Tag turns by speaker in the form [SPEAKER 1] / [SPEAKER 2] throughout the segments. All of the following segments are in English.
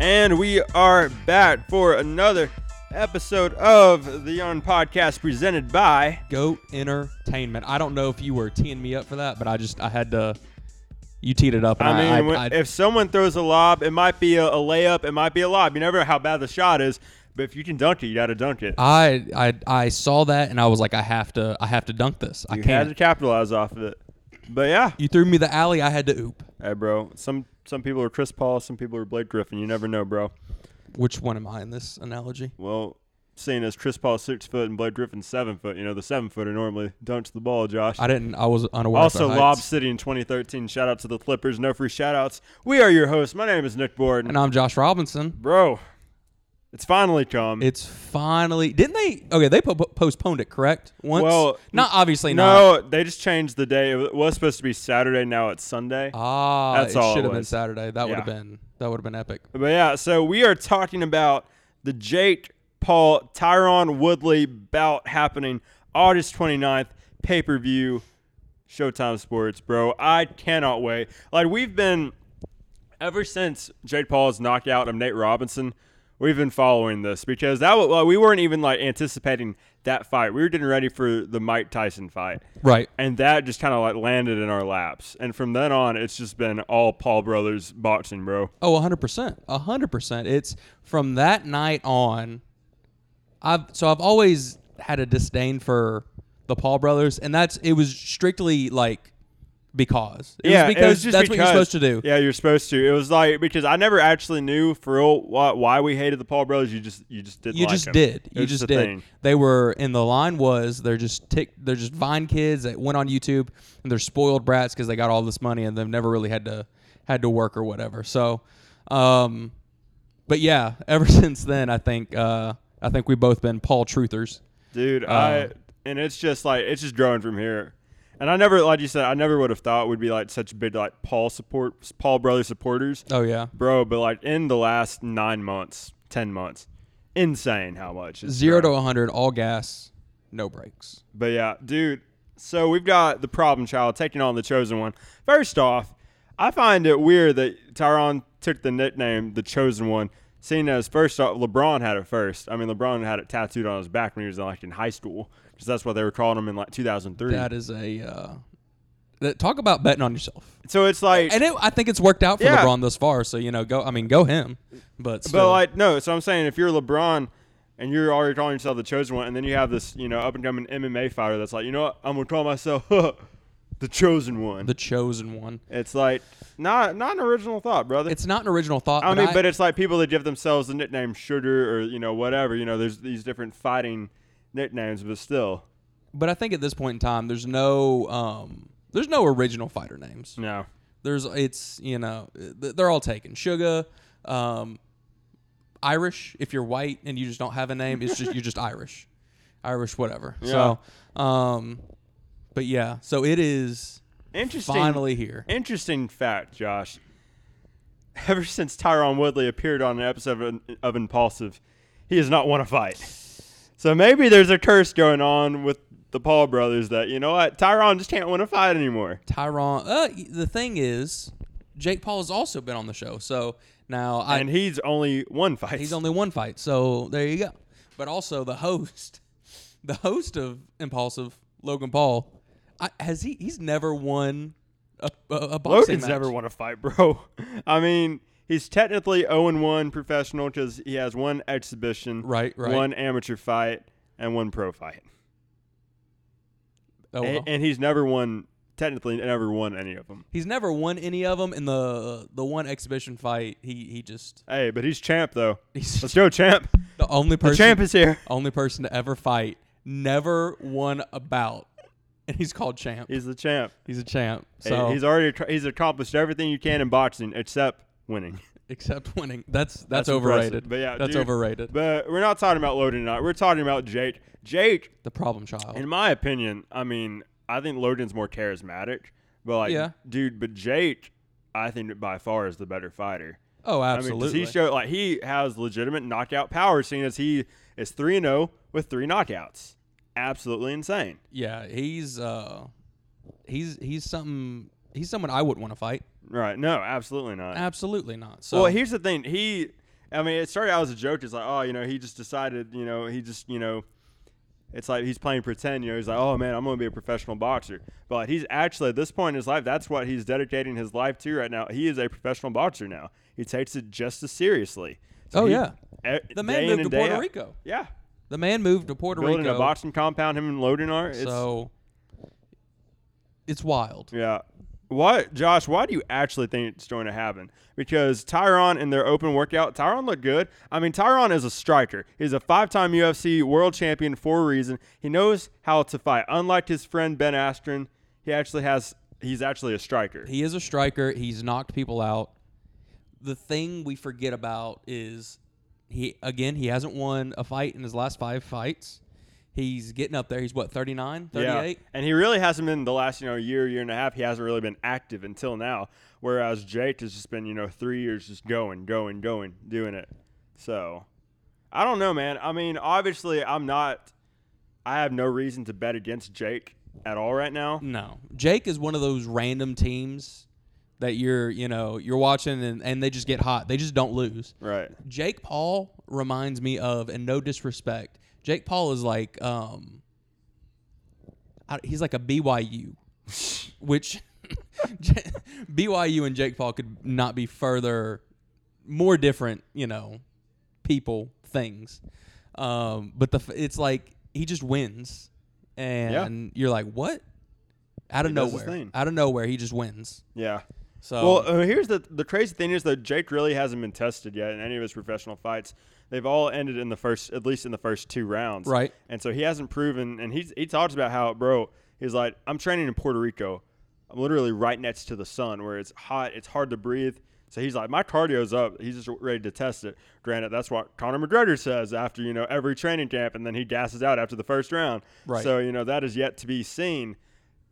[SPEAKER 1] And we are back for another episode of the Yarn Podcast presented by.
[SPEAKER 2] Go entertainment. I don't know if you were teeing me up for that, but I just I had to. You teed it up. And
[SPEAKER 1] I mean,
[SPEAKER 2] I,
[SPEAKER 1] when-
[SPEAKER 2] I-
[SPEAKER 1] if someone throws a lob, it might be a, a layup, it might be a lob. You never know how bad the shot is, but if you can dunk it, you got to dunk it.
[SPEAKER 2] I, I I saw that and I was like, I have to I have to dunk this. I
[SPEAKER 1] you had
[SPEAKER 2] can't.
[SPEAKER 1] to capitalize off of it. But yeah,
[SPEAKER 2] You threw me the alley. I had to oop.
[SPEAKER 1] hey, bro. Some some people are Chris Paul, some people are Blake Griffin. You never know, bro.
[SPEAKER 2] Which one am I in this analogy?
[SPEAKER 1] Well, seeing as Chris Paul's six foot and Blake Griffin's seven foot, you know the seven footer normally dunks the ball, Josh.
[SPEAKER 2] I didn't. I was unaware. of
[SPEAKER 1] Also,
[SPEAKER 2] their heights.
[SPEAKER 1] Lob City in 2013. Shout out to the Clippers. No free shout outs. We are your hosts. My name is Nick Borden.
[SPEAKER 2] And I'm Josh Robinson.
[SPEAKER 1] Bro, it's finally come.
[SPEAKER 2] It's finally didn't they? Okay, they po- postponed it, correct? Once.
[SPEAKER 1] Well,
[SPEAKER 2] not obviously not.
[SPEAKER 1] no, they just changed the day. It was supposed to be Saturday. Now it's Sunday.
[SPEAKER 2] Ah,
[SPEAKER 1] That's
[SPEAKER 2] it
[SPEAKER 1] all it
[SPEAKER 2] should have been
[SPEAKER 1] was.
[SPEAKER 2] Saturday. That would have
[SPEAKER 1] Yeah.
[SPEAKER 2] been that would have been epic.
[SPEAKER 1] But yeah, so we are talking about the Jake Paul Tyron Woodley bout happening August 29th, pay per view, Showtime Sports, bro. I cannot wait. Like, we've been, ever since Jake Paul's knockout of Nate Robinson, we've been following this because that was, like, we weren't even like anticipating that fight. We were getting ready for the Mike Tyson fight.
[SPEAKER 2] Right.
[SPEAKER 1] And that just kind of like landed in our laps. And from then on, it's just been all Paul brothers boxing, bro.
[SPEAKER 2] Oh, 100%. 100%. It's from that night on. I've so I've always had a disdain for the Paul brothers and that's it was strictly like because. It was because
[SPEAKER 1] just
[SPEAKER 2] that's what you're
[SPEAKER 1] because-
[SPEAKER 2] supposed to do.
[SPEAKER 1] Yeah, you're supposed to. It was like because I never actually knew for real why, why we hated the Paul brothers. You just you just didn't.
[SPEAKER 2] You
[SPEAKER 1] like
[SPEAKER 2] just
[SPEAKER 1] them.
[SPEAKER 2] did.
[SPEAKER 1] It
[SPEAKER 2] You
[SPEAKER 1] was
[SPEAKER 2] just
[SPEAKER 1] a
[SPEAKER 2] did.
[SPEAKER 1] thing.
[SPEAKER 2] They were and the line was they're just tick they're just Vine kids that went on YouTube and they're spoiled brats because they got all this money and they've never really had to had to work or whatever. So um but yeah, ever since then I think uh I think we've both been Paul truthers. Uh,
[SPEAKER 1] dude. I and it's just like it's just growing from here. And I never, like you said, I never would have thought we'd be like such big like Paul support, Paul brother supporters,
[SPEAKER 2] Oh yeah.
[SPEAKER 1] bro. But like in the last nine months, ten months, insane how much it's
[SPEAKER 2] Zero
[SPEAKER 1] grown.
[SPEAKER 2] to 100, all gas, no brakes.
[SPEAKER 1] But yeah, dude. So we've got the problem child taking on the chosen one. First off, I find it weird that Tyron took the nickname the chosen one, seeing as first off LeBron had it first. I mean, LeBron had it tattooed on his back when he was like in high school, because that's what they were calling him in like 2003.
[SPEAKER 2] That is a uh, that, talk about betting on yourself.
[SPEAKER 1] so it's like,
[SPEAKER 2] And it, I think it's worked out for
[SPEAKER 1] Yeah.
[SPEAKER 2] LeBron thus far. So you know, go. I mean, go him. But still,
[SPEAKER 1] but like no. So I'm saying if you're LeBron. And you're already calling yourself the chosen one, and then you have this, you know, up and coming MMA fighter that's like, you know what, I'm gonna call myself the chosen one.
[SPEAKER 2] the chosen one.
[SPEAKER 1] it's like not not an original thought, brother.
[SPEAKER 2] It's not an original thought.
[SPEAKER 1] I
[SPEAKER 2] but
[SPEAKER 1] mean, but it's like people that give themselves the nickname Sugar or you know whatever. You know, there's these different fighting nicknames, but still,
[SPEAKER 2] but I think at this point in time, there's no um, there's no original fighter names.
[SPEAKER 1] no.
[SPEAKER 2] There's it's you know th- they're all taken. Sugar, um, Irish. If you're white and you just don't have a name, it's just you're just Irish, Irish whatever. So, um, but yeah, so it is
[SPEAKER 1] Interesting.
[SPEAKER 2] finally here.
[SPEAKER 1] Interesting fact, Josh. Ever since Tyron Woodley appeared on an episode of, of Impulsive, he has not won a fight. So maybe there's a curse going on with the Paul brothers that you know what Tyron just can't win a fight anymore.
[SPEAKER 2] Tyron. Uh, y- the thing is, Jake Paul has also been on the show, so now I
[SPEAKER 1] and he's only one fight.
[SPEAKER 2] He's only one fight, so there you go. But also the host, the host of Impulsive, Logan Paul, I, has he? He's never won a, a, a boxing
[SPEAKER 1] Logan's
[SPEAKER 2] match.
[SPEAKER 1] never won a fight, bro. I mean, he's technically 0 1 professional because he has one exhibition,
[SPEAKER 2] Right, right.
[SPEAKER 1] one amateur fight, and one pro fight.
[SPEAKER 2] Oh,
[SPEAKER 1] A-
[SPEAKER 2] well.
[SPEAKER 1] And, he's never won, technically, never won any of them.
[SPEAKER 2] he's never won any of them. In the the one exhibition fight, he he just
[SPEAKER 1] Hey, but he's champ, though.
[SPEAKER 2] he's
[SPEAKER 1] Let's go, champ.
[SPEAKER 2] the only
[SPEAKER 1] The
[SPEAKER 2] person
[SPEAKER 1] champ is here.
[SPEAKER 2] only person to ever fight, never won a bout, and he's called champ.
[SPEAKER 1] He's the champ.
[SPEAKER 2] He's a champ.
[SPEAKER 1] Hey,
[SPEAKER 2] So
[SPEAKER 1] he's already tr- he's accomplished everything you can in boxing except winning.
[SPEAKER 2] except winning, that's
[SPEAKER 1] That's
[SPEAKER 2] that's,
[SPEAKER 1] impressive.
[SPEAKER 2] overrated.
[SPEAKER 1] But yeah,
[SPEAKER 2] that's
[SPEAKER 1] dude,
[SPEAKER 2] overrated.
[SPEAKER 1] But we're not talking about Logan tonight. We're talking about Jake. Jake
[SPEAKER 2] the problem child.
[SPEAKER 1] In my opinion, I mean, I think Logan's more charismatic, but like,
[SPEAKER 2] Yeah.
[SPEAKER 1] dude, but Jake, I think by far is the better fighter.
[SPEAKER 2] oh,
[SPEAKER 1] I mean, 'cause
[SPEAKER 2] absolutely.
[SPEAKER 1] he showed like he has legitimate knockout power, seeing as he is three and zero with three knockouts. Absolutely insane.
[SPEAKER 2] Yeah, he's uh he's he's something he's someone I wouldn't want to fight.
[SPEAKER 1] Right. No, absolutely not.
[SPEAKER 2] Absolutely not. So
[SPEAKER 1] Well, here's the thing. He, I mean, it started out as a joke. It's like, oh, you know, he just decided, you know, he just, you know, it's like he's playing pretend. You know, he's like, oh man, I'm gonna be a professional boxer. But he's actually at this point in his life, that's what he's dedicating his life to right now. He is a professional boxer now. He takes it just as seriously.
[SPEAKER 2] Oh,
[SPEAKER 1] he-
[SPEAKER 2] yeah.
[SPEAKER 1] e-
[SPEAKER 2] The man
[SPEAKER 1] day in
[SPEAKER 2] moved
[SPEAKER 1] and
[SPEAKER 2] to
[SPEAKER 1] day
[SPEAKER 2] Puerto
[SPEAKER 1] out-
[SPEAKER 2] Rico.
[SPEAKER 1] Yeah,
[SPEAKER 2] the man moved to Puerto
[SPEAKER 1] building
[SPEAKER 2] Rico.
[SPEAKER 1] a boxing compound. Him and Loden are. It's,
[SPEAKER 2] so it's wild.
[SPEAKER 1] Yeah. Why, Josh? Why do you actually think it's going to happen? Because Tyron in their open workout, Tyron looked good. I mean, Tyron is a striker. He's a five-time UFC world champion for a reason. He knows how to fight. Unlike his friend Ben Askren, he actually has. He's actually a striker.
[SPEAKER 2] He is a striker. He's knocked people out. The thing we forget about is he again, he hasn't won a fight in his last 5 fights. He's getting up there. He's what 39, 38?
[SPEAKER 1] Yeah. And he really hasn't been the last, you know, year, year and a half, he hasn't really been active until now. Whereas Jake has just been, you know, three years just going, going, going, doing it. So I don't know, man. I mean, obviously I'm not I have no reason to bet against Jake at all right now.
[SPEAKER 2] No. Jake is one of those random teams that you're, you know, you're watching and, and they just get hot. They just don't lose.
[SPEAKER 1] Right.
[SPEAKER 2] Jake Paul reminds me of, and no disrespect, Jake Paul is like, um, I, he's like a BYU, which J- BYU and Jake Paul could not be further, more different, you know, people, things. Um, but the f- it's like he just wins, and you're like, what? Out of
[SPEAKER 1] He does his
[SPEAKER 2] nowhere,
[SPEAKER 1] thing.
[SPEAKER 2] out of nowhere, he just wins.
[SPEAKER 1] Yeah.
[SPEAKER 2] So
[SPEAKER 1] Well, uh, here's the the crazy thing is that Jake really hasn't been tested yet in any of his professional fights. They've all ended in the first, at least in the first two rounds.
[SPEAKER 2] Right.
[SPEAKER 1] And so he hasn't proven, and he's he talks about how, bro, he's like, I'm training in Puerto Rico. I'm literally right next to the sun where it's hot, it's hard to breathe. So he's like, my cardio's up. He's just ready to test it. Granted, that's what Conor McGregor says after you know every training camp, and then he gasses out after the first round.
[SPEAKER 2] Right.
[SPEAKER 1] So you know that is yet to be seen.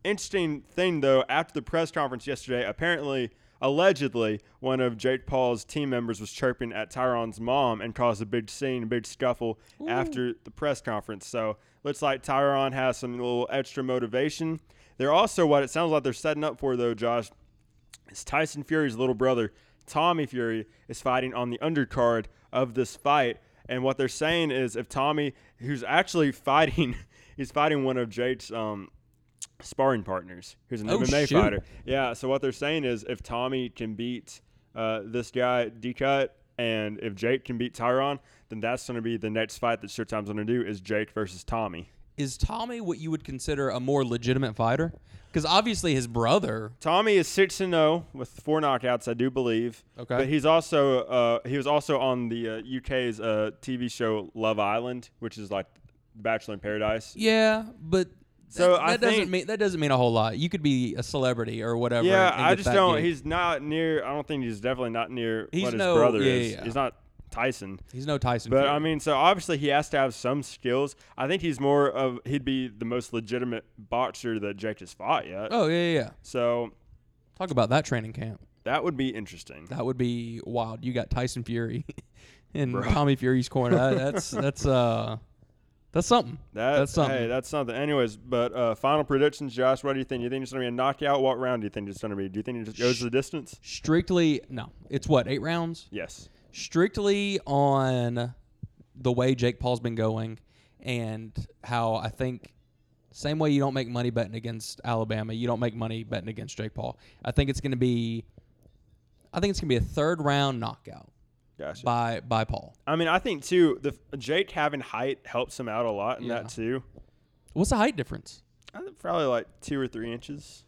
[SPEAKER 1] Interesting thing though, after the press conference yesterday, apparently, allegedly, one of Jake Paul's team members was chirping at Tyron's mom and caused a big scene, a big scuffle after the press conference. So looks like Tyron has some little extra motivation. They're also what it sounds like they're setting up for though, Josh, is Tyson Fury's little brother, Tommy Fury, is fighting on the undercard of this fight. And what they're saying is if Tommy, who's actually fighting, he's fighting one of Jake's um, sparring partners, who's an
[SPEAKER 2] Oh,
[SPEAKER 1] MMA
[SPEAKER 2] shoot.
[SPEAKER 1] fighter. Yeah, so what they're saying is if Tommy can beat uh, this guy, D Cut, and if Jake can beat Tyron, then that's going to be the next fight that Showtime's going to do is Jake versus Tommy.
[SPEAKER 2] is Tommy what you would consider a more legitimate fighter? Because obviously his brother.
[SPEAKER 1] Tommy is six and zero with four knockouts, I do believe.
[SPEAKER 2] Okay.
[SPEAKER 1] but he's also uh, he was also on the uh, UK's uh, TV show Love Island, which is like Bachelor in Paradise.
[SPEAKER 2] Yeah, but
[SPEAKER 1] So
[SPEAKER 2] that,
[SPEAKER 1] I
[SPEAKER 2] that doesn't
[SPEAKER 1] think-
[SPEAKER 2] mean that doesn't mean a whole lot. You could be a celebrity or whatever.
[SPEAKER 1] Yeah,
[SPEAKER 2] and
[SPEAKER 1] I
[SPEAKER 2] get
[SPEAKER 1] just
[SPEAKER 2] that
[SPEAKER 1] don't.
[SPEAKER 2] gig.
[SPEAKER 1] He's not near. I don't think he's definitely not near
[SPEAKER 2] He's
[SPEAKER 1] what his
[SPEAKER 2] no-
[SPEAKER 1] brother
[SPEAKER 2] yeah,
[SPEAKER 1] is.
[SPEAKER 2] yeah, yeah.
[SPEAKER 1] He's not Tyson.
[SPEAKER 2] he's no Tyson.
[SPEAKER 1] But
[SPEAKER 2] Fury.
[SPEAKER 1] I mean, so obviously he has to have some skills. I think he's more of he'd be the most legitimate boxer that Jake has fought yet.
[SPEAKER 2] oh yeah, yeah, yeah.
[SPEAKER 1] So
[SPEAKER 2] Talk about that training camp.
[SPEAKER 1] that would be interesting.
[SPEAKER 2] That would be wild. You got Tyson Fury in Tommy Fury's corner. That, that's that's uh that's something.
[SPEAKER 1] That,
[SPEAKER 2] that's something.
[SPEAKER 1] Hey, that's something. Anyways, but uh, final predictions, Josh. What do you think? You think it's gonna be a knockout? What round do you think it's gonna be? Do you think it just goes the distance?
[SPEAKER 2] Strictly no. It's what eight rounds.
[SPEAKER 1] Yes.
[SPEAKER 2] strictly on the way Jake Paul's been going and how I think same way you don't make money betting against Alabama, you don't make money betting against Jake Paul. I think it's going to be I think it's going to be a third round knockout
[SPEAKER 1] Gotcha.
[SPEAKER 2] by by Paul.
[SPEAKER 1] I mean, I think too. The Jake having height helps him out a lot in
[SPEAKER 2] Yeah.
[SPEAKER 1] that too.
[SPEAKER 2] What's the height difference?
[SPEAKER 1] I think probably like two or three inches.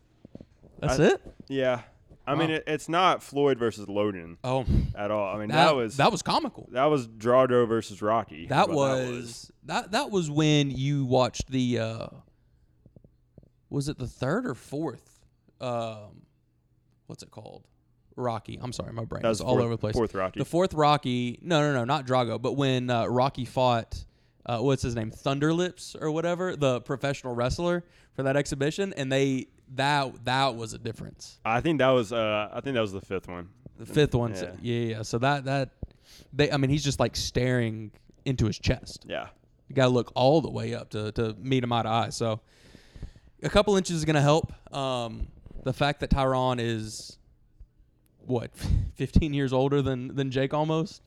[SPEAKER 2] That's
[SPEAKER 1] I-
[SPEAKER 2] it?
[SPEAKER 1] Yeah. I mean,
[SPEAKER 2] Wow.
[SPEAKER 1] it, it's not Floyd versus Logan
[SPEAKER 2] Oh.
[SPEAKER 1] at all. I mean, that,
[SPEAKER 2] That,
[SPEAKER 1] was that,
[SPEAKER 2] that was comical.
[SPEAKER 1] was Drago versus Rocky.
[SPEAKER 2] That
[SPEAKER 1] Well,
[SPEAKER 2] was that that was when you watched the uh was it the third or fourth um what's it called? Rocky. I'm sorry, my brain
[SPEAKER 1] That
[SPEAKER 2] is
[SPEAKER 1] was
[SPEAKER 2] all
[SPEAKER 1] fourth-
[SPEAKER 2] over the place.
[SPEAKER 1] Fourth Rocky.
[SPEAKER 2] The fourth Rocky. No, no, no, not Drago, but when uh, Rocky fought uh, what's his name? Thunderlips or whatever, the professional wrestler for that exhibition and they that that was a difference.
[SPEAKER 1] I think that was. Uh, I think that was the fifth one.
[SPEAKER 2] The fifth one. Yeah,
[SPEAKER 1] Yeah.
[SPEAKER 2] yeah, yeah. So that that they I mean he's just like staring into his chest.
[SPEAKER 1] Yeah.
[SPEAKER 2] You got to look all the way up to, to meet him eye to eye. So a couple inches is going to help. Um, the fact that Tyron is what 15 years older than than Jake almost.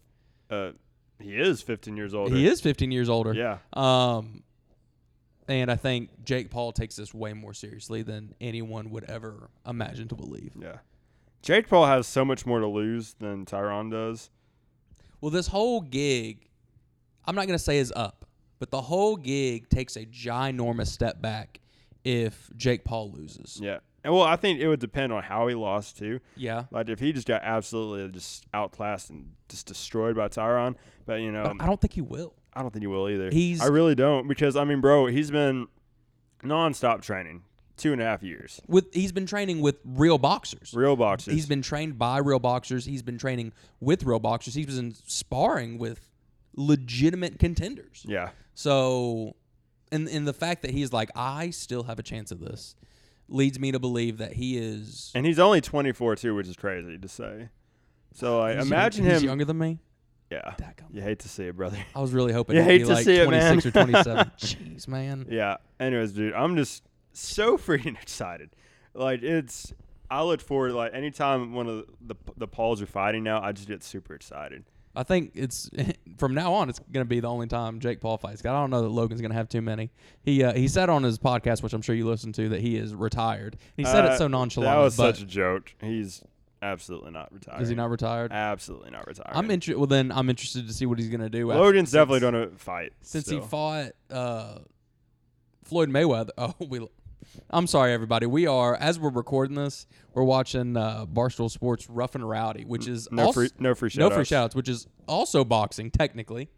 [SPEAKER 1] Uh, he is 15 years old.
[SPEAKER 2] He is 15 years older.
[SPEAKER 1] Yeah.
[SPEAKER 2] Um, and I think Jake Paul takes this way more seriously than anyone would ever imagine to believe.
[SPEAKER 1] Yeah. Jake Paul has so much more to lose than Tyron does.
[SPEAKER 2] Well, this whole gig, I'm not going to say is up, but the whole gig takes a ginormous step back if Jake Paul loses.
[SPEAKER 1] Yeah. And well, I think it would depend on how he lost too.
[SPEAKER 2] Yeah.
[SPEAKER 1] Like if he just got absolutely just outclassed and just destroyed by Tyron, but you know,
[SPEAKER 2] I don't think he will.
[SPEAKER 1] I don't think he will either.
[SPEAKER 2] He's-
[SPEAKER 1] I really don't because I mean, bro, he's been nonstop training two and a half years,
[SPEAKER 2] With he's been training with real boxers.
[SPEAKER 1] real boxes.
[SPEAKER 2] He's been trained by real boxers. He's been training with real boxers. He was in sparring with legitimate contenders.
[SPEAKER 1] yeah,
[SPEAKER 2] So, and and the fact that he's like, I still have a chance at this, leads me to believe that he is.
[SPEAKER 1] and he's only 24 too, which is crazy to say. So like,
[SPEAKER 2] He's young-
[SPEAKER 1] imagine
[SPEAKER 2] he's
[SPEAKER 1] him.
[SPEAKER 2] younger than me.
[SPEAKER 1] Yeah,
[SPEAKER 2] Dadgum.
[SPEAKER 1] you hate to see it, brother.
[SPEAKER 2] I was really hoping
[SPEAKER 1] You
[SPEAKER 2] he'd
[SPEAKER 1] hate
[SPEAKER 2] be
[SPEAKER 1] to
[SPEAKER 2] like
[SPEAKER 1] see it,
[SPEAKER 2] 26 or
[SPEAKER 1] man.
[SPEAKER 2] 27. Jeez, man.
[SPEAKER 1] Yeah. Anyways, dude, I'm just so freaking excited. Like it's, I look forward. Like anytime one of the the Pauls are fighting now, I just get super excited.
[SPEAKER 2] I think it's from now on. It's going to be the only time Jake Paul fights. I don't know that Logan's going to have too many. He uh, he said on his podcast, which I'm sure you listened to, that he is retired. He said
[SPEAKER 1] Uh,
[SPEAKER 2] it so nonchalant.
[SPEAKER 1] That was
[SPEAKER 2] but
[SPEAKER 1] such a joke. He's absolutely not retired.
[SPEAKER 2] is he not retired?
[SPEAKER 1] Absolutely not retired.
[SPEAKER 2] I'm interested. Well, then I'm interested to see what he's going to do. after-
[SPEAKER 1] Logan's
[SPEAKER 2] since-
[SPEAKER 1] definitely going to fight.
[SPEAKER 2] since he
[SPEAKER 1] still.
[SPEAKER 2] fought uh, Floyd Mayweather. Oh, we. I'm sorry, everybody. We are as we're recording this, we're watching uh, Barstool Sports Rough and Rowdy, which is
[SPEAKER 1] no
[SPEAKER 2] als-
[SPEAKER 1] free, no free
[SPEAKER 2] no
[SPEAKER 1] shout
[SPEAKER 2] free shoutouts, which is also boxing technically,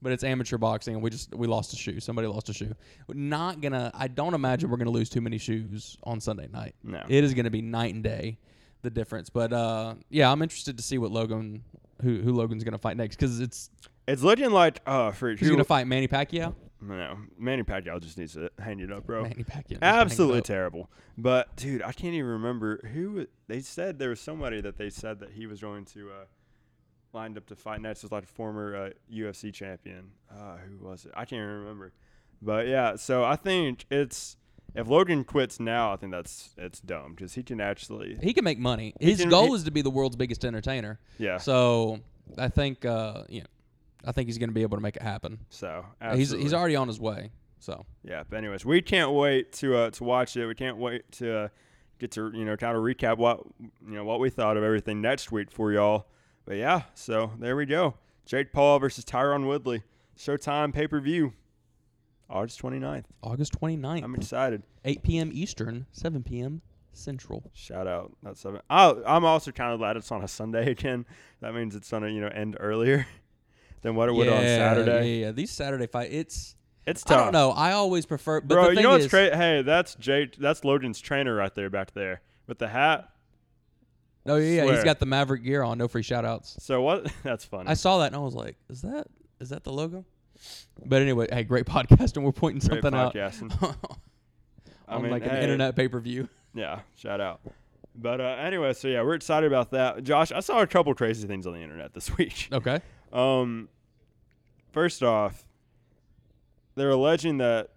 [SPEAKER 2] but it's amateur boxing, and we just we lost a shoe. Somebody lost a shoe. We're not gonna. I don't imagine we're gonna lose too many shoes on Sunday night.
[SPEAKER 1] No.
[SPEAKER 2] it is gonna be night and day, the difference. But uh, yeah, I'm interested to see what Logan. Who, who Logan's gonna fight next? Because it's
[SPEAKER 1] It's looking like uh for
[SPEAKER 2] he's gonna fight Manny Pacquiao.
[SPEAKER 1] no Manny Pacquiao just needs to hang it up, bro.
[SPEAKER 2] Manny Pacquiao. just hanging
[SPEAKER 1] Absolutely
[SPEAKER 2] out.
[SPEAKER 1] terrible. But dude, I can't even remember who it- they said there was somebody that they said that he was going to uh lined up to fight next was like a former uh, UFC champion. Uh who was it? I can't even remember. But yeah, so I think it's if Logan quits now, I think that's it's dumb because he can actually
[SPEAKER 2] He can make money. His
[SPEAKER 1] can-
[SPEAKER 2] goal
[SPEAKER 1] he-
[SPEAKER 2] is to be the world's biggest entertainer.
[SPEAKER 1] yeah. So,
[SPEAKER 2] So I think uh, you know, I think he's gonna be able to make it happen.
[SPEAKER 1] absolutely.
[SPEAKER 2] He's he's already on his way. So
[SPEAKER 1] Yeah, but anyways, we can't wait to uh, to watch it. We can't wait to uh, get to you know kind of recap what you know what we thought of everything next week for y'all. But yeah, so there we go. Jake Paul versus Tyron Woodley, Showtime pay per view, August 29th.
[SPEAKER 2] August 29th,
[SPEAKER 1] I'm excited.
[SPEAKER 2] 8 p.m. Eastern, 7 p.m. Central.
[SPEAKER 1] Shout out that's seven. I, I'm also kind of glad it's on a Sunday again. That means it's gonna you know end earlier than what it would on Saturday.
[SPEAKER 2] Yeah, yeah. These Saturday fight, it's
[SPEAKER 1] It's
[SPEAKER 2] I
[SPEAKER 1] tough.
[SPEAKER 2] don't know. I always prefer, but
[SPEAKER 1] Bro,
[SPEAKER 2] the thing
[SPEAKER 1] you know what's
[SPEAKER 2] is,
[SPEAKER 1] crazy? Hey, that's Jake. That's Logan's trainer right there, back there with the hat.
[SPEAKER 2] oh yeah, yeah,
[SPEAKER 1] Swear.
[SPEAKER 2] he's got the Maverick gear on. No free shout outs.
[SPEAKER 1] So what? That's funny.
[SPEAKER 2] I saw that and I was like, is that is that the logo? But anyway, hey, great podcast, and we're pointing
[SPEAKER 1] Great
[SPEAKER 2] something out
[SPEAKER 1] podcasting.
[SPEAKER 2] on
[SPEAKER 1] I mean,
[SPEAKER 2] like an
[SPEAKER 1] hey,
[SPEAKER 2] internet pay per view.
[SPEAKER 1] Yeah, shout out. But uh, anyway, so yeah, we're excited about that. Josh, I saw a couple crazy things on the internet this week.
[SPEAKER 2] Okay.
[SPEAKER 1] Um, first off, they're alleging that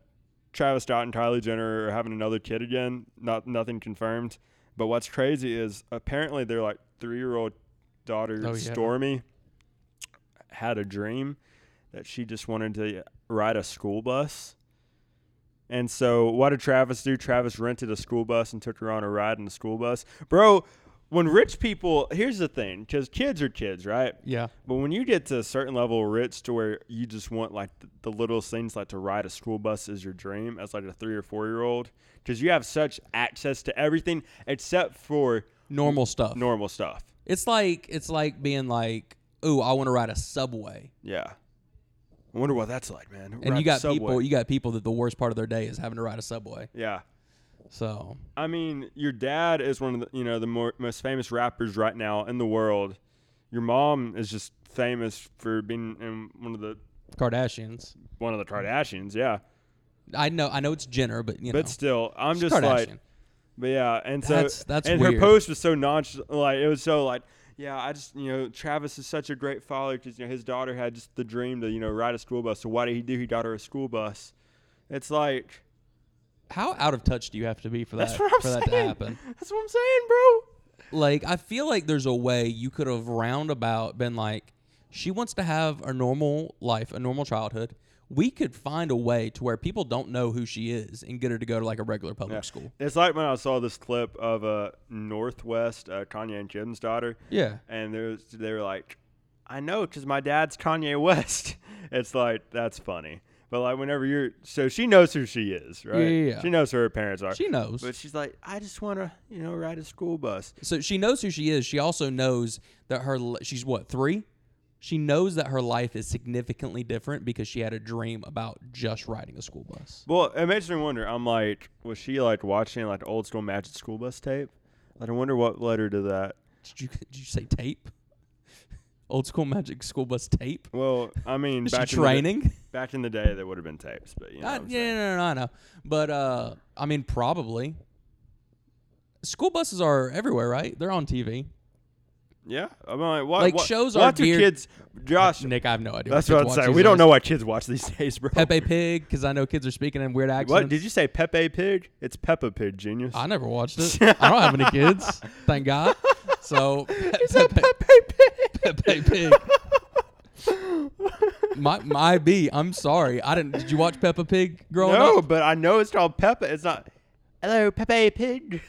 [SPEAKER 1] Travis Scott and Kylie Jenner are having another kid again. Not nothing confirmed. But what's crazy is apparently their like three year old daughter
[SPEAKER 2] Oh, yeah.
[SPEAKER 1] Stormy had a dream that she just wanted to ride a school bus. And so what did Travis do? Travis rented a school bus and took her on a ride in the school bus. Bro, when rich people, here's the thing, cuz kids are kids, right?
[SPEAKER 2] Yeah.
[SPEAKER 1] But when you get to a certain level of rich to where you just want like the, the littlest things, like to ride a school bus is your dream as like a three or four year old, because you have such access to everything except for
[SPEAKER 2] Normal stuff.
[SPEAKER 1] normal stuff.
[SPEAKER 2] It's like it's like being like, ooh, I want to ride a subway,
[SPEAKER 1] Yeah. I wonder what that's like, man.
[SPEAKER 2] and
[SPEAKER 1] Ride
[SPEAKER 2] you
[SPEAKER 1] the
[SPEAKER 2] got
[SPEAKER 1] subway.
[SPEAKER 2] people, you got people that the worst part of their day is having to ride a subway.
[SPEAKER 1] yeah.
[SPEAKER 2] So
[SPEAKER 1] I mean, your dad is one of the you know the more, most famous rappers right now in the world. Your mom is just famous for being in one of the
[SPEAKER 2] Kardashians,
[SPEAKER 1] one of the Kardashians. Yeah.
[SPEAKER 2] I know, I know it's Jenner, but you know,
[SPEAKER 1] But still, I'm
[SPEAKER 2] it's
[SPEAKER 1] just like
[SPEAKER 2] Kardashian.
[SPEAKER 1] But yeah, and so
[SPEAKER 2] That's- that's
[SPEAKER 1] and her
[SPEAKER 2] weird.
[SPEAKER 1] post was so nonchalant. Like it was so like, yeah, I just you know Travis is such a great father because you know his daughter had just the dream to you know ride a school bus. So why did he do? He got her a school bus. It's like,
[SPEAKER 2] how out of touch do you have to be for that
[SPEAKER 1] That's what I'm
[SPEAKER 2] for
[SPEAKER 1] saying.
[SPEAKER 2] that to happen?
[SPEAKER 1] That's what I'm saying, bro.
[SPEAKER 2] Like I feel like there's a way you could have roundabout been like, she wants to have a normal life, a normal childhood. We could find a way to where people don't know who she is and get her to go to like a regular public school.
[SPEAKER 1] It's like when I saw this clip of uh, Northwest, uh, Kanye and Jim's daughter.
[SPEAKER 2] Yeah.
[SPEAKER 1] And there's, they were like, I know, because my dad's Kanye West. it's like, that's funny. But like, whenever you're, so she knows who she is, right?
[SPEAKER 2] yeah, yeah.
[SPEAKER 1] She knows who her parents are.
[SPEAKER 2] She knows.
[SPEAKER 1] But she's like, I just want to, you know, ride a school bus.
[SPEAKER 2] So she knows who she is. She also knows that her li- she's what three. She knows that her life is significantly different because she had a dream about just riding a school bus.
[SPEAKER 1] Well, it makes me wonder. I'm like, was she like watching like old school Magic School Bus tape? Like, I wonder what led her to that.
[SPEAKER 2] Did you did you say tape? Old school magic school bus tape.
[SPEAKER 1] Well, I mean,
[SPEAKER 2] Is
[SPEAKER 1] back
[SPEAKER 2] she
[SPEAKER 1] In the,
[SPEAKER 2] training?
[SPEAKER 1] da- back in the day, there would have been tapes, but you know,
[SPEAKER 2] Uh,
[SPEAKER 1] what I'm
[SPEAKER 2] yeah,
[SPEAKER 1] saying.
[SPEAKER 2] no, no, no, I know. But uh, I mean, probably. School buses are everywhere, right? They're on TV.
[SPEAKER 1] yeah. I'm like, what,
[SPEAKER 2] Like,
[SPEAKER 1] what-
[SPEAKER 2] shows
[SPEAKER 1] what
[SPEAKER 2] are
[SPEAKER 1] do
[SPEAKER 2] weird-
[SPEAKER 1] kids, Josh?
[SPEAKER 2] Nick, I have no idea.
[SPEAKER 1] that's
[SPEAKER 2] kids
[SPEAKER 1] what I'm
[SPEAKER 2] watch
[SPEAKER 1] saying.
[SPEAKER 2] these
[SPEAKER 1] We don't
[SPEAKER 2] days.
[SPEAKER 1] know what kids watch these days, bro.
[SPEAKER 2] Pepe Pig, because I know kids are speaking in weird accents.
[SPEAKER 1] What did you say, Pepe Pig? It's Peppa Pig, genius.
[SPEAKER 2] I never watched it. I don't have any kids, thank God. So Pepe, Pepe Pig. my my B. I'm sorry. I didn't. Did you watch Peppa Pig growing
[SPEAKER 1] no,
[SPEAKER 2] up?
[SPEAKER 1] but I know it's called Peppa. It's not. Hello, Pepe Pig.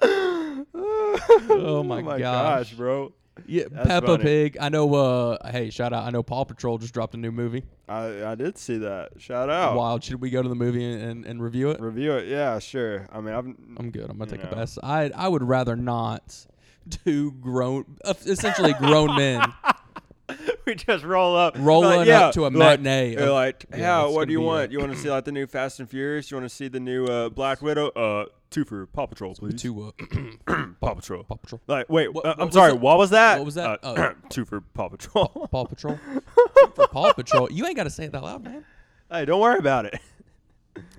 [SPEAKER 1] oh
[SPEAKER 2] my
[SPEAKER 1] gosh,
[SPEAKER 2] gosh.
[SPEAKER 1] bro.
[SPEAKER 2] Yeah,
[SPEAKER 1] That's
[SPEAKER 2] Peppa
[SPEAKER 1] funny.
[SPEAKER 2] Pig. I know. Uh, hey, shout out. I know Paw Patrol just dropped a new movie.
[SPEAKER 1] I, I did see that. Shout out.
[SPEAKER 2] Wild. Should we go to the movie and, and, and review it?
[SPEAKER 1] Review it. Yeah, sure. I mean, I'm.
[SPEAKER 2] I'm good. I'm gonna take
[SPEAKER 1] No.
[SPEAKER 2] a pass. I I would rather not. Two grown, essentially grown men.
[SPEAKER 1] we just roll up.
[SPEAKER 2] Rolling
[SPEAKER 1] Like,
[SPEAKER 2] up
[SPEAKER 1] yeah,
[SPEAKER 2] to a
[SPEAKER 1] like-
[SPEAKER 2] matinee
[SPEAKER 1] They're
[SPEAKER 2] of-
[SPEAKER 1] like,
[SPEAKER 2] yeah,
[SPEAKER 1] yeah,
[SPEAKER 2] it's
[SPEAKER 1] what
[SPEAKER 2] gonna
[SPEAKER 1] do you
[SPEAKER 2] be
[SPEAKER 1] want?
[SPEAKER 2] a-
[SPEAKER 1] You want to see like the new Fast and Furious? You want to see the new uh, Black Widow? Uh, two for Paw Patrol, please.
[SPEAKER 2] Two uh,
[SPEAKER 1] Paw Patrol.
[SPEAKER 2] Paw Patrol.
[SPEAKER 1] Like, wait,
[SPEAKER 2] What-
[SPEAKER 1] uh,
[SPEAKER 2] what
[SPEAKER 1] I'm
[SPEAKER 2] was
[SPEAKER 1] sorry.
[SPEAKER 2] that?
[SPEAKER 1] What was that?
[SPEAKER 2] What was that?
[SPEAKER 1] Uh,
[SPEAKER 2] Oh.
[SPEAKER 1] two for Paw Patrol.
[SPEAKER 2] Paw Patrol. For Paw Patrol. You ain't got to say it that loud, man.
[SPEAKER 1] hey, don't worry about it.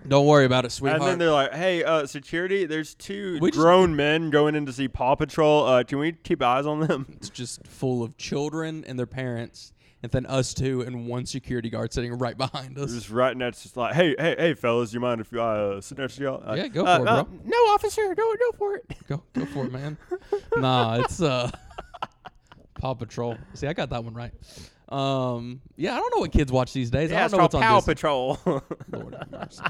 [SPEAKER 2] Don't worry about it,
[SPEAKER 1] And
[SPEAKER 2] sweetheart.
[SPEAKER 1] then they're like, hey, uh, security, there's two
[SPEAKER 2] We just-
[SPEAKER 1] grown men going in to see Paw Patrol. Uh, can we keep eyes on them?
[SPEAKER 2] it's just full of children and their parents, and then us two, and one security guard sitting right behind us.
[SPEAKER 1] Just right next, just like, hey, hey, hey, fellas, you mind if you uh, sit next to y'all? Like,
[SPEAKER 2] Yeah, go
[SPEAKER 1] uh,
[SPEAKER 2] for it,
[SPEAKER 1] uh,
[SPEAKER 2] bro.
[SPEAKER 1] No, officer, go, go for it.
[SPEAKER 2] Go, go for it, man. nah, it's uh, Paw Patrol. See, I got that one right. Um, yeah, I don't know what kids watch these days. I don't know what's on Disney.
[SPEAKER 1] Patrol.
[SPEAKER 2] Lord have mercy.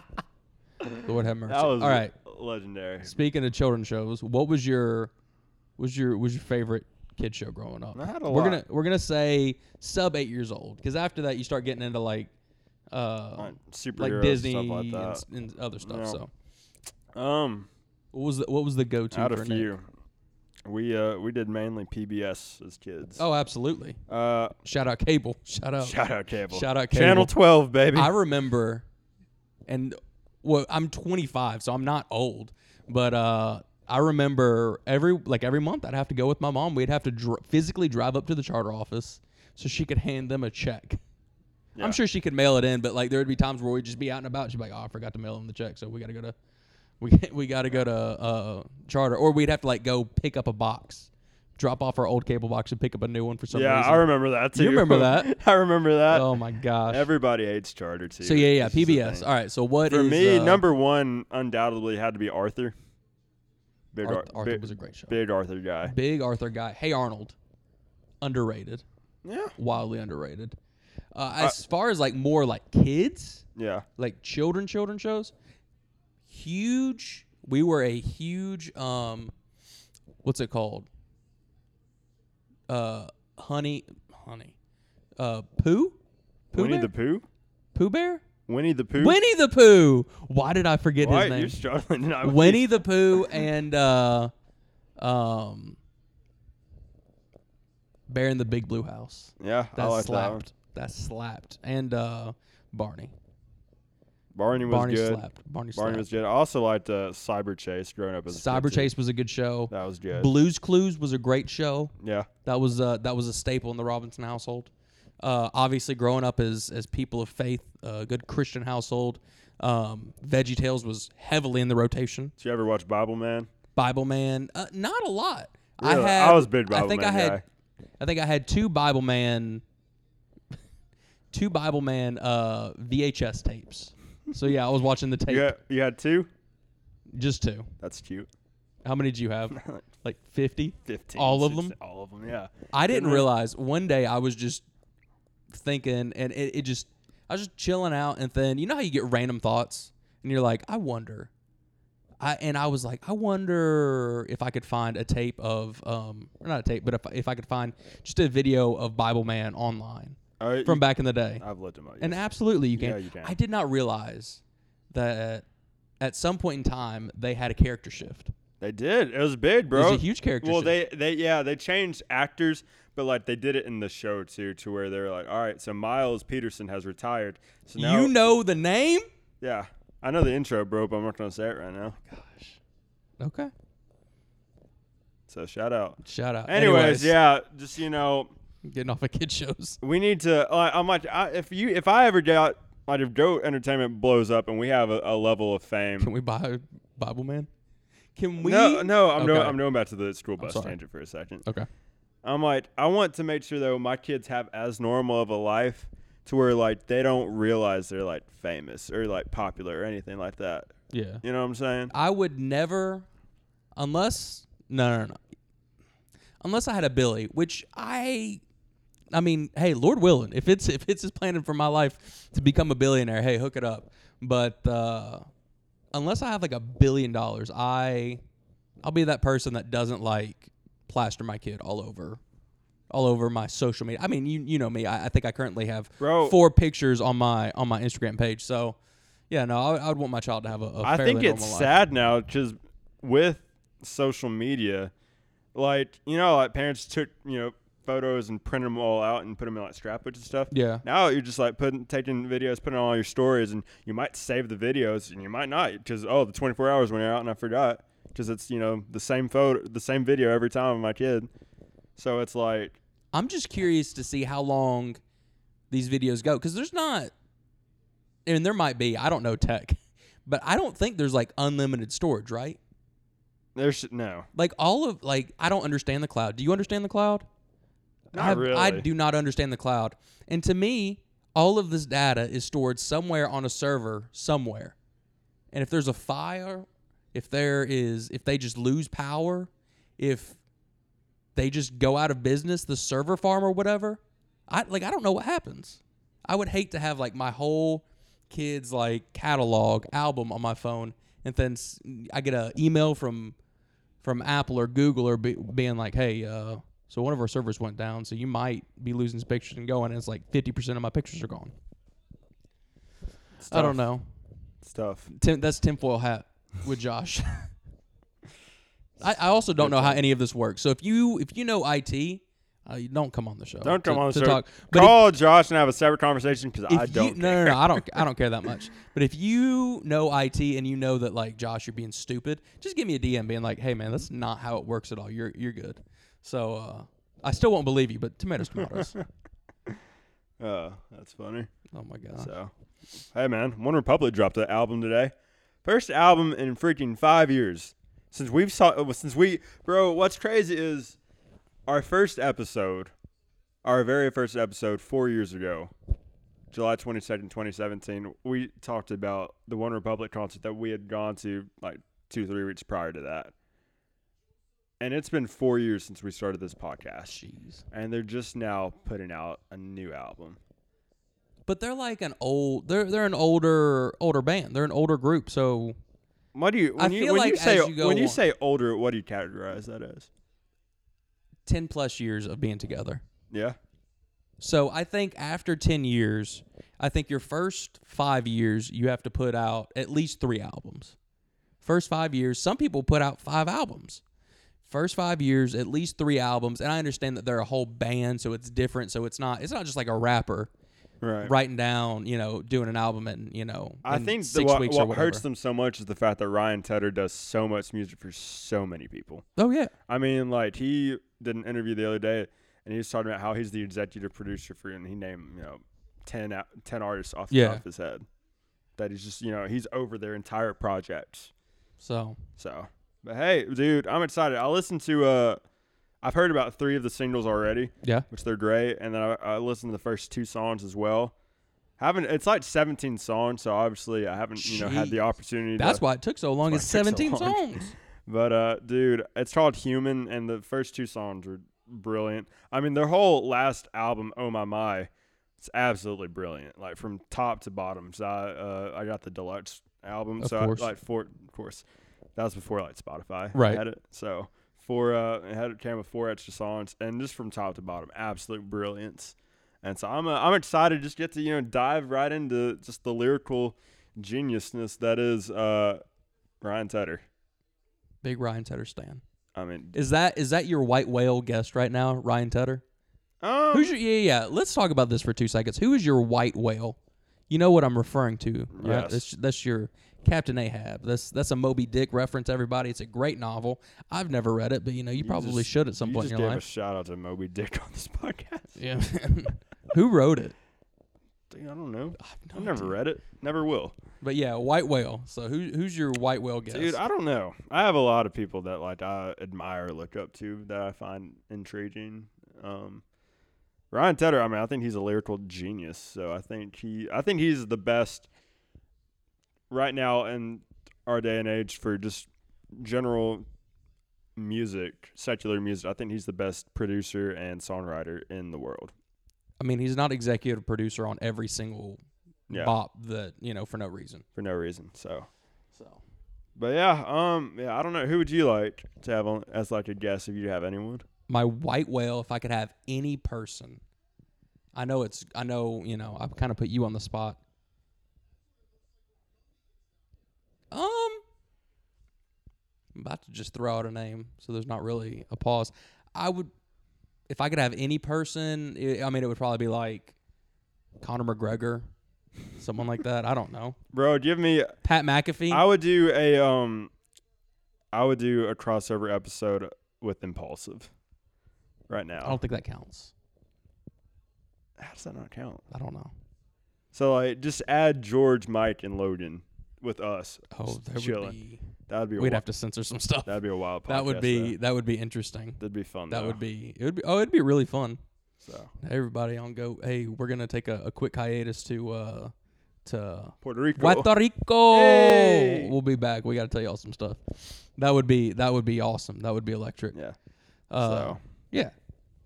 [SPEAKER 2] Lord have mercy.
[SPEAKER 1] that was
[SPEAKER 2] All right.
[SPEAKER 1] legendary.
[SPEAKER 2] Speaking of children's shows, what was your was your was your favorite kid show growing up?
[SPEAKER 1] I had a
[SPEAKER 2] we're
[SPEAKER 1] lot.
[SPEAKER 2] gonna we're gonna say sub eight years old because after that you start getting into like uh
[SPEAKER 1] Like superheroes
[SPEAKER 2] like
[SPEAKER 1] and
[SPEAKER 2] Disney
[SPEAKER 1] stuff like
[SPEAKER 2] and,
[SPEAKER 1] that.
[SPEAKER 2] s- and other stuff.
[SPEAKER 1] No.
[SPEAKER 2] So
[SPEAKER 1] Um,
[SPEAKER 2] what was the, what was the go to
[SPEAKER 1] out
[SPEAKER 2] for
[SPEAKER 1] a
[SPEAKER 2] Nick?
[SPEAKER 1] few. We uh we did mainly PBS as kids.
[SPEAKER 2] Oh, absolutely!
[SPEAKER 1] Uh,
[SPEAKER 2] Shout out cable. Shout out.
[SPEAKER 1] shout out cable.
[SPEAKER 2] Shout out
[SPEAKER 1] Channel
[SPEAKER 2] cable.
[SPEAKER 1] twelve, baby.
[SPEAKER 2] I remember, and well, I'm 25, so I'm not old, but uh, I remember every like every month I'd have to go with my mom. We'd have to dr- physically drive up to the charter office so she could hand them a check.
[SPEAKER 1] Yeah.
[SPEAKER 2] I'm sure she could mail it in, but like there would be times where we'd just be out and about. She'd be like, "Oh, I forgot to mail them the check, so we gotta go to we we gotta go to uh, charter," or we'd have to like go pick up a box, drop off our old cable box, and pick up a new one for some
[SPEAKER 1] yeah,
[SPEAKER 2] reason.
[SPEAKER 1] I remember that too.
[SPEAKER 2] You remember that?
[SPEAKER 1] I remember that.
[SPEAKER 2] oh my gosh!
[SPEAKER 1] Everybody hates Charter too.
[SPEAKER 2] so yeah, yeah,
[SPEAKER 1] This is the
[SPEAKER 2] PBS.
[SPEAKER 1] thing.
[SPEAKER 2] All right, so what
[SPEAKER 1] For
[SPEAKER 2] is,
[SPEAKER 1] me,
[SPEAKER 2] uh,
[SPEAKER 1] number one undoubtedly had to be Arthur. Big
[SPEAKER 2] Arthur,
[SPEAKER 1] Ar-
[SPEAKER 2] Arthur
[SPEAKER 1] big,
[SPEAKER 2] was a great show. Big,
[SPEAKER 1] big Arthur guy.
[SPEAKER 2] Arthur guy. Hey Arnold, underrated,
[SPEAKER 1] Yeah.
[SPEAKER 2] wildly underrated. Uh, as far as like more like kids,
[SPEAKER 1] Yeah.
[SPEAKER 2] like children, children shows, huge. We were a huge um, what's it called? Uh, honey, honey, uh, poo, poo
[SPEAKER 1] Winnie
[SPEAKER 2] bear,
[SPEAKER 1] the Pooh.
[SPEAKER 2] poo bear,
[SPEAKER 1] Winnie the Pooh.
[SPEAKER 2] Winnie the Pooh. Why did I forget
[SPEAKER 1] Why
[SPEAKER 2] his name?
[SPEAKER 1] you're struggling? tonight with
[SPEAKER 2] Winnie the Pooh and uh, um, Bear in the Big Blue House.
[SPEAKER 1] these- Yeah, I
[SPEAKER 2] That
[SPEAKER 1] like that one.
[SPEAKER 2] slapped. That, slapped. And uh, Barney.
[SPEAKER 1] Barney was
[SPEAKER 2] Barney
[SPEAKER 1] good.
[SPEAKER 2] slapped. Barney,
[SPEAKER 1] Barney was
[SPEAKER 2] slapped.
[SPEAKER 1] good. I also liked uh, Cyber Chase growing up as a kid,
[SPEAKER 2] Cyber
[SPEAKER 1] too.
[SPEAKER 2] Chase was a good show.
[SPEAKER 1] That was good.
[SPEAKER 2] Blues Clues was a great show.
[SPEAKER 1] Yeah.
[SPEAKER 2] That was uh, that was a staple in the Robinson household. Uh, obviously, growing up as as people of faith, a good Christian household. Um, Veggie Tales was heavily in the rotation.
[SPEAKER 1] Did you ever watch Bible Man?
[SPEAKER 2] Bible Man. Uh, not a lot.
[SPEAKER 1] Really?
[SPEAKER 2] I had.
[SPEAKER 1] I was a big Bible
[SPEAKER 2] I think
[SPEAKER 1] Man
[SPEAKER 2] I had.
[SPEAKER 1] guy.
[SPEAKER 2] I think I had two Bible Man. Two Bible Man uh, VHS tapes So yeah, I was watching the tape.
[SPEAKER 1] You got, you got two?
[SPEAKER 2] Just two.
[SPEAKER 1] That's cute.
[SPEAKER 2] How many did you have? like 50?
[SPEAKER 1] 15.
[SPEAKER 2] All of
[SPEAKER 1] 16,
[SPEAKER 2] them?
[SPEAKER 1] All of them, yeah.
[SPEAKER 2] I didn't
[SPEAKER 1] Didn't I-
[SPEAKER 2] realize one day I was just thinking and it, it just I was just chilling out and then you know how you get random thoughts and you're like, I wonder. I and I was like, I wonder if I could find a tape of um or not a tape, but if, if I could find just a video of Bible Man online
[SPEAKER 1] All right,
[SPEAKER 2] from
[SPEAKER 1] you-
[SPEAKER 2] back in the day.
[SPEAKER 1] I've looked them up.
[SPEAKER 2] And
[SPEAKER 1] yes.
[SPEAKER 2] absolutely, you can.
[SPEAKER 1] Yeah, you can.
[SPEAKER 2] I did not realize that at some point in time they had a character shift.
[SPEAKER 1] They did. It was big, bro.
[SPEAKER 2] was a huge character
[SPEAKER 1] Well, they they yeah they changed actors, but like they did it in the show too, to where they're like, all right, so Miles Peterson has retired. So now,
[SPEAKER 2] You know the name?
[SPEAKER 1] yeah, I know the intro, bro, but I'm not gonna say it right now.
[SPEAKER 2] Okay.
[SPEAKER 1] So shout out.
[SPEAKER 2] Shout out.
[SPEAKER 1] Anyways, yeah, just you know,
[SPEAKER 2] Getting off of kid shows.
[SPEAKER 1] we need to. Like, I'm like, I, if you if I ever doubt. Like if Goat Entertainment blows up and we have a, a level of fame,
[SPEAKER 2] Can we buy Bible Man? Can we?
[SPEAKER 1] no, no, I'm
[SPEAKER 2] Okay.
[SPEAKER 1] going. I'm going back to the school bus
[SPEAKER 2] sorry.
[SPEAKER 1] tangent for a second.
[SPEAKER 2] Okay.
[SPEAKER 1] I'm like, I want to make sure though my kids have as normal of a life to where like they don't realize they're like famous or like popular or anything like that.
[SPEAKER 2] Yeah.
[SPEAKER 1] You know what I'm saying?
[SPEAKER 2] I would never, unless no, no, no, unless I had a Billy, which I, I mean, hey, Lord willing, if it's if it's his planning for my life to become a billionaire, hey, hook it up. But uh, unless I have like a billion dollars, I, I'll be that person that doesn't like plaster my kid all over. All over my social media. I mean, you you know me. I, I think I currently have
[SPEAKER 1] Bro.
[SPEAKER 2] four pictures on my on my Instagram page. So, yeah, no, I, I would want my child to have a. a
[SPEAKER 1] I think
[SPEAKER 2] fairly
[SPEAKER 1] it's
[SPEAKER 2] normal life.
[SPEAKER 1] sad now because with social media, like you know, like parents took you know photos and print them all out and put them in like scrapbooks and stuff.
[SPEAKER 2] Yeah.
[SPEAKER 1] Now you're just like putting taking videos, putting on all your stories, and you might save the videos and you might not because oh the 24 hours went out and I forgot because it's you know the same photo, the same video every time of my kid. So it's like
[SPEAKER 2] I'm just curious to see how long these videos go because there's not, I mean, there might be. I don't know tech, but I don't think there's like unlimited storage, right?
[SPEAKER 1] there's no
[SPEAKER 2] Like all of like I don't understand the cloud. Do you understand the cloud?
[SPEAKER 1] Not
[SPEAKER 2] I, have- I
[SPEAKER 1] really.
[SPEAKER 2] do not understand the cloud. And to me, all of this data is stored somewhere on a server somewhere. And if there's a fire, if there is if they just lose power, if they just go out of business, the server farm or whatever, I like I don't know what happens. I would hate to have like my whole kids like catalog album on my phone and then s- I get a email from from Apple or Google or be, being like, hey, uh, so one of our servers went down, so you might be losing some pictures and going, and it's like 50% of my pictures are gone. I don't know.
[SPEAKER 1] stuff.
[SPEAKER 2] Tim, that's tinfoil hat with Josh. I, I also don't know how any of this works. So if you if you know IT, uh, you don't come on the show.
[SPEAKER 1] Don't come
[SPEAKER 2] to-
[SPEAKER 1] on the
[SPEAKER 2] to
[SPEAKER 1] show.
[SPEAKER 2] talk. But if-
[SPEAKER 1] Call Josh and have a separate conversation because
[SPEAKER 2] if
[SPEAKER 1] I
[SPEAKER 2] you-
[SPEAKER 1] don't.
[SPEAKER 2] no, no, no, I don't. I don't care that much. But if you know IT and you know that like Josh, you're being stupid, just give me a DM being like, "Hey, man, that's not how it works at all. You're you're good." So uh, I still won't believe you, but tomatoes, tomatoes.
[SPEAKER 1] Oh, that's funny.
[SPEAKER 2] oh my god.
[SPEAKER 1] So, hey man, One Republic dropped an album today. First album in freaking five years since we've saw uh, since we bro. What's crazy is our first episode, our very first episode four years ago, July twenty second, twenty seventeen. We talked about the One Republic concert that we had gone to like two three weeks prior to that, and it's been four years since we started this podcast,
[SPEAKER 2] Jeez.
[SPEAKER 1] and they're just now putting out a new album.
[SPEAKER 2] But they're like an old. They're they're an older older band. They're an older group. So
[SPEAKER 1] What do you when
[SPEAKER 2] I
[SPEAKER 1] you
[SPEAKER 2] feel
[SPEAKER 1] when you
[SPEAKER 2] like
[SPEAKER 1] say
[SPEAKER 2] as you go
[SPEAKER 1] when you
[SPEAKER 2] on-
[SPEAKER 1] say older, what do you categorize that as?
[SPEAKER 2] ten plus years of being together.
[SPEAKER 1] Yeah.
[SPEAKER 2] So I think after 10 years, I think your first five years, you have to put out at least three albums. First five years, some people put out five albums. First five years, at least three albums. And I understand that they're a whole band, so it's different. So it's not it's not just like a rapper
[SPEAKER 1] Right.
[SPEAKER 2] writing down, you know, doing an album and you know,
[SPEAKER 1] I
[SPEAKER 2] in
[SPEAKER 1] think the,
[SPEAKER 2] six
[SPEAKER 1] what,
[SPEAKER 2] weeks or
[SPEAKER 1] what
[SPEAKER 2] whatever.
[SPEAKER 1] hurts them so much is the fact that Ryan Tedder does so much music for so many people.
[SPEAKER 2] oh yeah,
[SPEAKER 1] I mean, like he did an interview the other day, and he was talking about how he's the executive producer for, and he named you know 10, out- 10 artists off the
[SPEAKER 2] Yeah.
[SPEAKER 1] top of his head. That he's just you know he's over their entire projects.
[SPEAKER 2] so
[SPEAKER 1] So, but hey, dude, I'm excited. I listened to uh, I've heard about three of the singles already.
[SPEAKER 2] yeah.
[SPEAKER 1] haven't. It's like 17 songs, so obviously I haven't you know had the
[SPEAKER 2] Jeez.
[SPEAKER 1] opportunity.
[SPEAKER 2] That's
[SPEAKER 1] to,
[SPEAKER 2] why it took so long. It's
[SPEAKER 1] That's why it took so
[SPEAKER 2] 17
[SPEAKER 1] long.
[SPEAKER 2] songs.
[SPEAKER 1] But uh, dude, it's called Human, and the first two songs are brilliant. I mean, their whole last album, Oh My My, it's absolutely brilliant, like from top to bottom. So I, uh, I got the deluxe album,
[SPEAKER 2] Of
[SPEAKER 1] so
[SPEAKER 2] course.
[SPEAKER 1] I, like for of course, that was before like Spotify
[SPEAKER 2] Right.
[SPEAKER 1] had it. So for uh, it had it came with four extra songs, and just from top to bottom, absolute brilliance. And so I'm uh, I'm excited to just get to you know dive right into just the lyrical geniusness that is uh, Ryan Tedder.
[SPEAKER 2] Big Ryan Tedder stan.
[SPEAKER 1] I mean,
[SPEAKER 2] Is that is that your white whale guest right now, Ryan Tedder?
[SPEAKER 1] um,
[SPEAKER 2] Who's your yeah yeah? yeah. Let's talk about this for two seconds. Who is your white whale? You know what I'm referring to. Right?
[SPEAKER 1] Yes.
[SPEAKER 2] That's, that's your Captain Ahab. That's that's a Moby Dick reference. Everybody, it's a great novel. I've never read it, but you know you, probably
[SPEAKER 1] just-
[SPEAKER 2] should at some
[SPEAKER 1] you
[SPEAKER 2] point
[SPEAKER 1] just
[SPEAKER 2] in your
[SPEAKER 1] gave
[SPEAKER 2] life.
[SPEAKER 1] a shout out to Moby Dick on this podcast.
[SPEAKER 2] yeah. Who wrote it?
[SPEAKER 1] Dude, I don't know.
[SPEAKER 2] I've
[SPEAKER 1] I've never read it. Never will.
[SPEAKER 2] But yeah, white whale. So who who's your white whale guest?
[SPEAKER 1] Dude, I don't know. I have a lot of people that like I admire, look up to, that I find intriguing. Um, Ryan Tedder, I mean, I think he's a lyrical genius. So I think he, I think he's the best right now in our day and age for just general music, secular music. I think he's the best producer and songwriter in the world.
[SPEAKER 2] I mean, he's not executive producer on every single
[SPEAKER 1] Yeah.
[SPEAKER 2] bop that you know for no reason.
[SPEAKER 1] for no reason. So,
[SPEAKER 2] So
[SPEAKER 1] but yeah, um, yeah, I don't know. Who would you like to have on as like a guest if you have anyone?
[SPEAKER 2] my white whale, if I could have any person, I know it's I know you know I kind of put you on the spot. Um, I'm about to just throw out a name, so there's not really a pause. I would, if I could have any person, i I mean, it would probably be like Conor McGregor, someone like that. I don't know.
[SPEAKER 1] Bro, give me.
[SPEAKER 2] Pat McAfee.
[SPEAKER 1] I would do a um, I would do a crossover episode with Impulsive. Right
[SPEAKER 2] I
[SPEAKER 1] now,
[SPEAKER 2] don't think that counts.
[SPEAKER 1] how does that not count?
[SPEAKER 2] I don't know.
[SPEAKER 1] So like, just add George, Mike, and Logan with us.
[SPEAKER 2] Oh,
[SPEAKER 1] Just
[SPEAKER 2] there would
[SPEAKER 1] chilling.
[SPEAKER 2] be.
[SPEAKER 1] That'd be a
[SPEAKER 2] We'd
[SPEAKER 1] wi-
[SPEAKER 2] have to censor some stuff.
[SPEAKER 1] that'd be a wild. Podcast,
[SPEAKER 2] That would be
[SPEAKER 1] though.
[SPEAKER 2] that would be interesting.
[SPEAKER 1] that'd be fun.
[SPEAKER 2] That
[SPEAKER 1] though.
[SPEAKER 2] would be it would be oh it'd be really fun.
[SPEAKER 1] so
[SPEAKER 2] Everybody on go hey we're gonna take a, a quick hiatus to uh to
[SPEAKER 1] Puerto Rico.
[SPEAKER 2] Puerto Rico.
[SPEAKER 1] Hey!
[SPEAKER 2] We'll be back. We gotta tell y'all some stuff. That would be that would be awesome. That would be electric.
[SPEAKER 1] Yeah.
[SPEAKER 2] Uh,
[SPEAKER 1] so
[SPEAKER 2] yeah.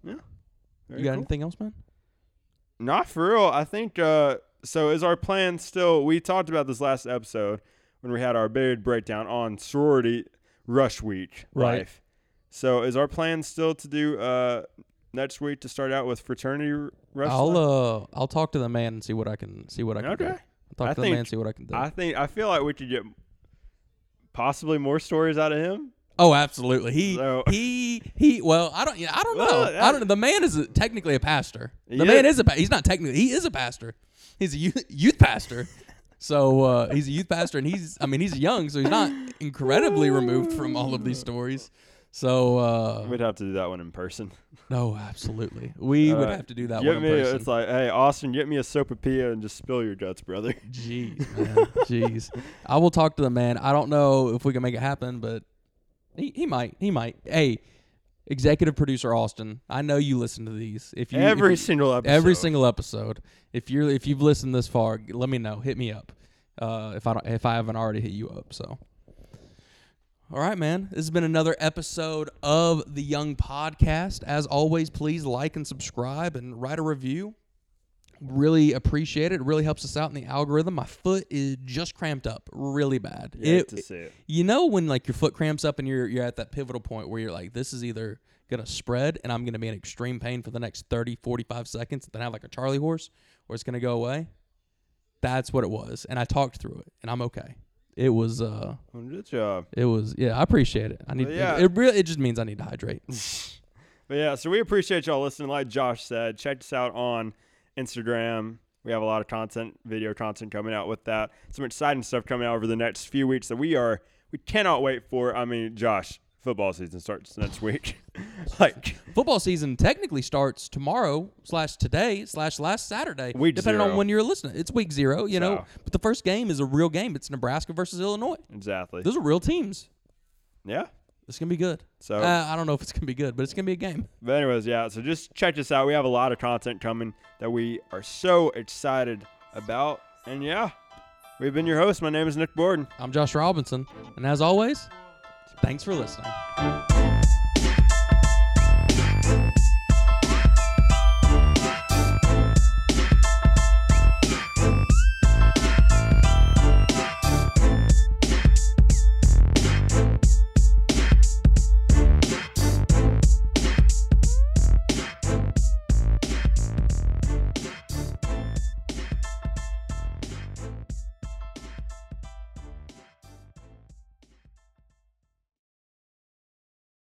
[SPEAKER 1] very
[SPEAKER 2] You got
[SPEAKER 1] cool.
[SPEAKER 2] anything else, man?
[SPEAKER 1] Not for real. I think uh so is our plan still we talked about this last episode when we had our big breakdown on sorority rush week
[SPEAKER 2] Right.
[SPEAKER 1] life. So is our plan still to do uh next week to start out with fraternity r- rush?
[SPEAKER 2] I'll
[SPEAKER 1] life?
[SPEAKER 2] uh I'll talk to the man and see what I can see what I can do.
[SPEAKER 1] Okay.
[SPEAKER 2] I'll talk
[SPEAKER 1] I
[SPEAKER 2] to the man
[SPEAKER 1] think
[SPEAKER 2] and see what I can do.
[SPEAKER 1] I think I feel like we could get possibly more stories out of him.
[SPEAKER 2] Oh, absolutely. He
[SPEAKER 1] So-
[SPEAKER 2] he he. Well, I don't. yeah, I don't know.
[SPEAKER 1] Well,
[SPEAKER 2] I don't. know. The man is a, technically a pastor. The
[SPEAKER 1] Yeah.
[SPEAKER 2] man is a. pa- He's not technically. He is a pastor. He's a youth, youth pastor. So uh, he's a youth pastor, and he's. I mean, he's young, so he's not incredibly removed from all of these stories. So uh,
[SPEAKER 1] We'd have to do that one in person.
[SPEAKER 2] no, absolutely. We would
[SPEAKER 1] Uh,
[SPEAKER 2] have to do that
[SPEAKER 1] Get
[SPEAKER 2] one
[SPEAKER 1] me
[SPEAKER 2] in person.
[SPEAKER 1] it's like, hey Austin, get me a sopapilla and just spill your guts, brother.
[SPEAKER 2] Jeez, man. Jeez. I will talk to the man. I don't know if we can make it happen, but he, he might. He might. Hey, executive producer Austin, I know you listen to these. If you if
[SPEAKER 1] every
[SPEAKER 2] you-
[SPEAKER 1] single episode.
[SPEAKER 2] every single episode. If you're if you've listened this far, g- let me know. Hit me up. Uh, if I don't, if I haven't already hit you up, so. All right, man. This has been another episode of the Young Podcast. As always, please like and subscribe and write a review. Really appreciate it. It really helps us out in the algorithm. My foot is just cramped up really bad.
[SPEAKER 1] Yeah,
[SPEAKER 2] It-
[SPEAKER 1] to see it.
[SPEAKER 2] you know when like your foot cramps up and you're you're at that pivotal point where you're like this is either going to spread and I'm going to be in extreme pain for the next 30 45 seconds and then have like a charley horse or it's going to go away. That's what it was and I talked through it and I'm okay. It was uh
[SPEAKER 1] Well, Good job.
[SPEAKER 2] it was yeah, I appreciate it. I need
[SPEAKER 1] Well, yeah.
[SPEAKER 2] it, it really it just means I need to hydrate.
[SPEAKER 1] But yeah, so we appreciate y'all listening. Like Josh said, check us out on Instagram. We have a lot of content, video content coming out with that. Some exciting stuff coming out over the next few weeks that we are we cannot wait for. I mean, Josh, football season starts next week. like
[SPEAKER 2] Football season technically starts tomorrow slash today slash last Saturday,
[SPEAKER 1] Week
[SPEAKER 2] depending on
[SPEAKER 1] zero.
[SPEAKER 2] when you're listening. It's week zero, you know,
[SPEAKER 1] So.
[SPEAKER 2] but the first game is a real game. It's Nebraska versus Illinois.
[SPEAKER 1] exactly.
[SPEAKER 2] Those are real teams.
[SPEAKER 1] Yeah.
[SPEAKER 2] It's gonna be good.
[SPEAKER 1] So-
[SPEAKER 2] uh, I don't know if it's gonna be good, but it's gonna be a game.
[SPEAKER 1] But anyways, yeah. So just check us out. We have a lot of content coming that we are so excited about. And yeah, we've been your hosts. My name is Nick Borden.
[SPEAKER 2] I'm Josh Robinson, and as always, thanks for listening.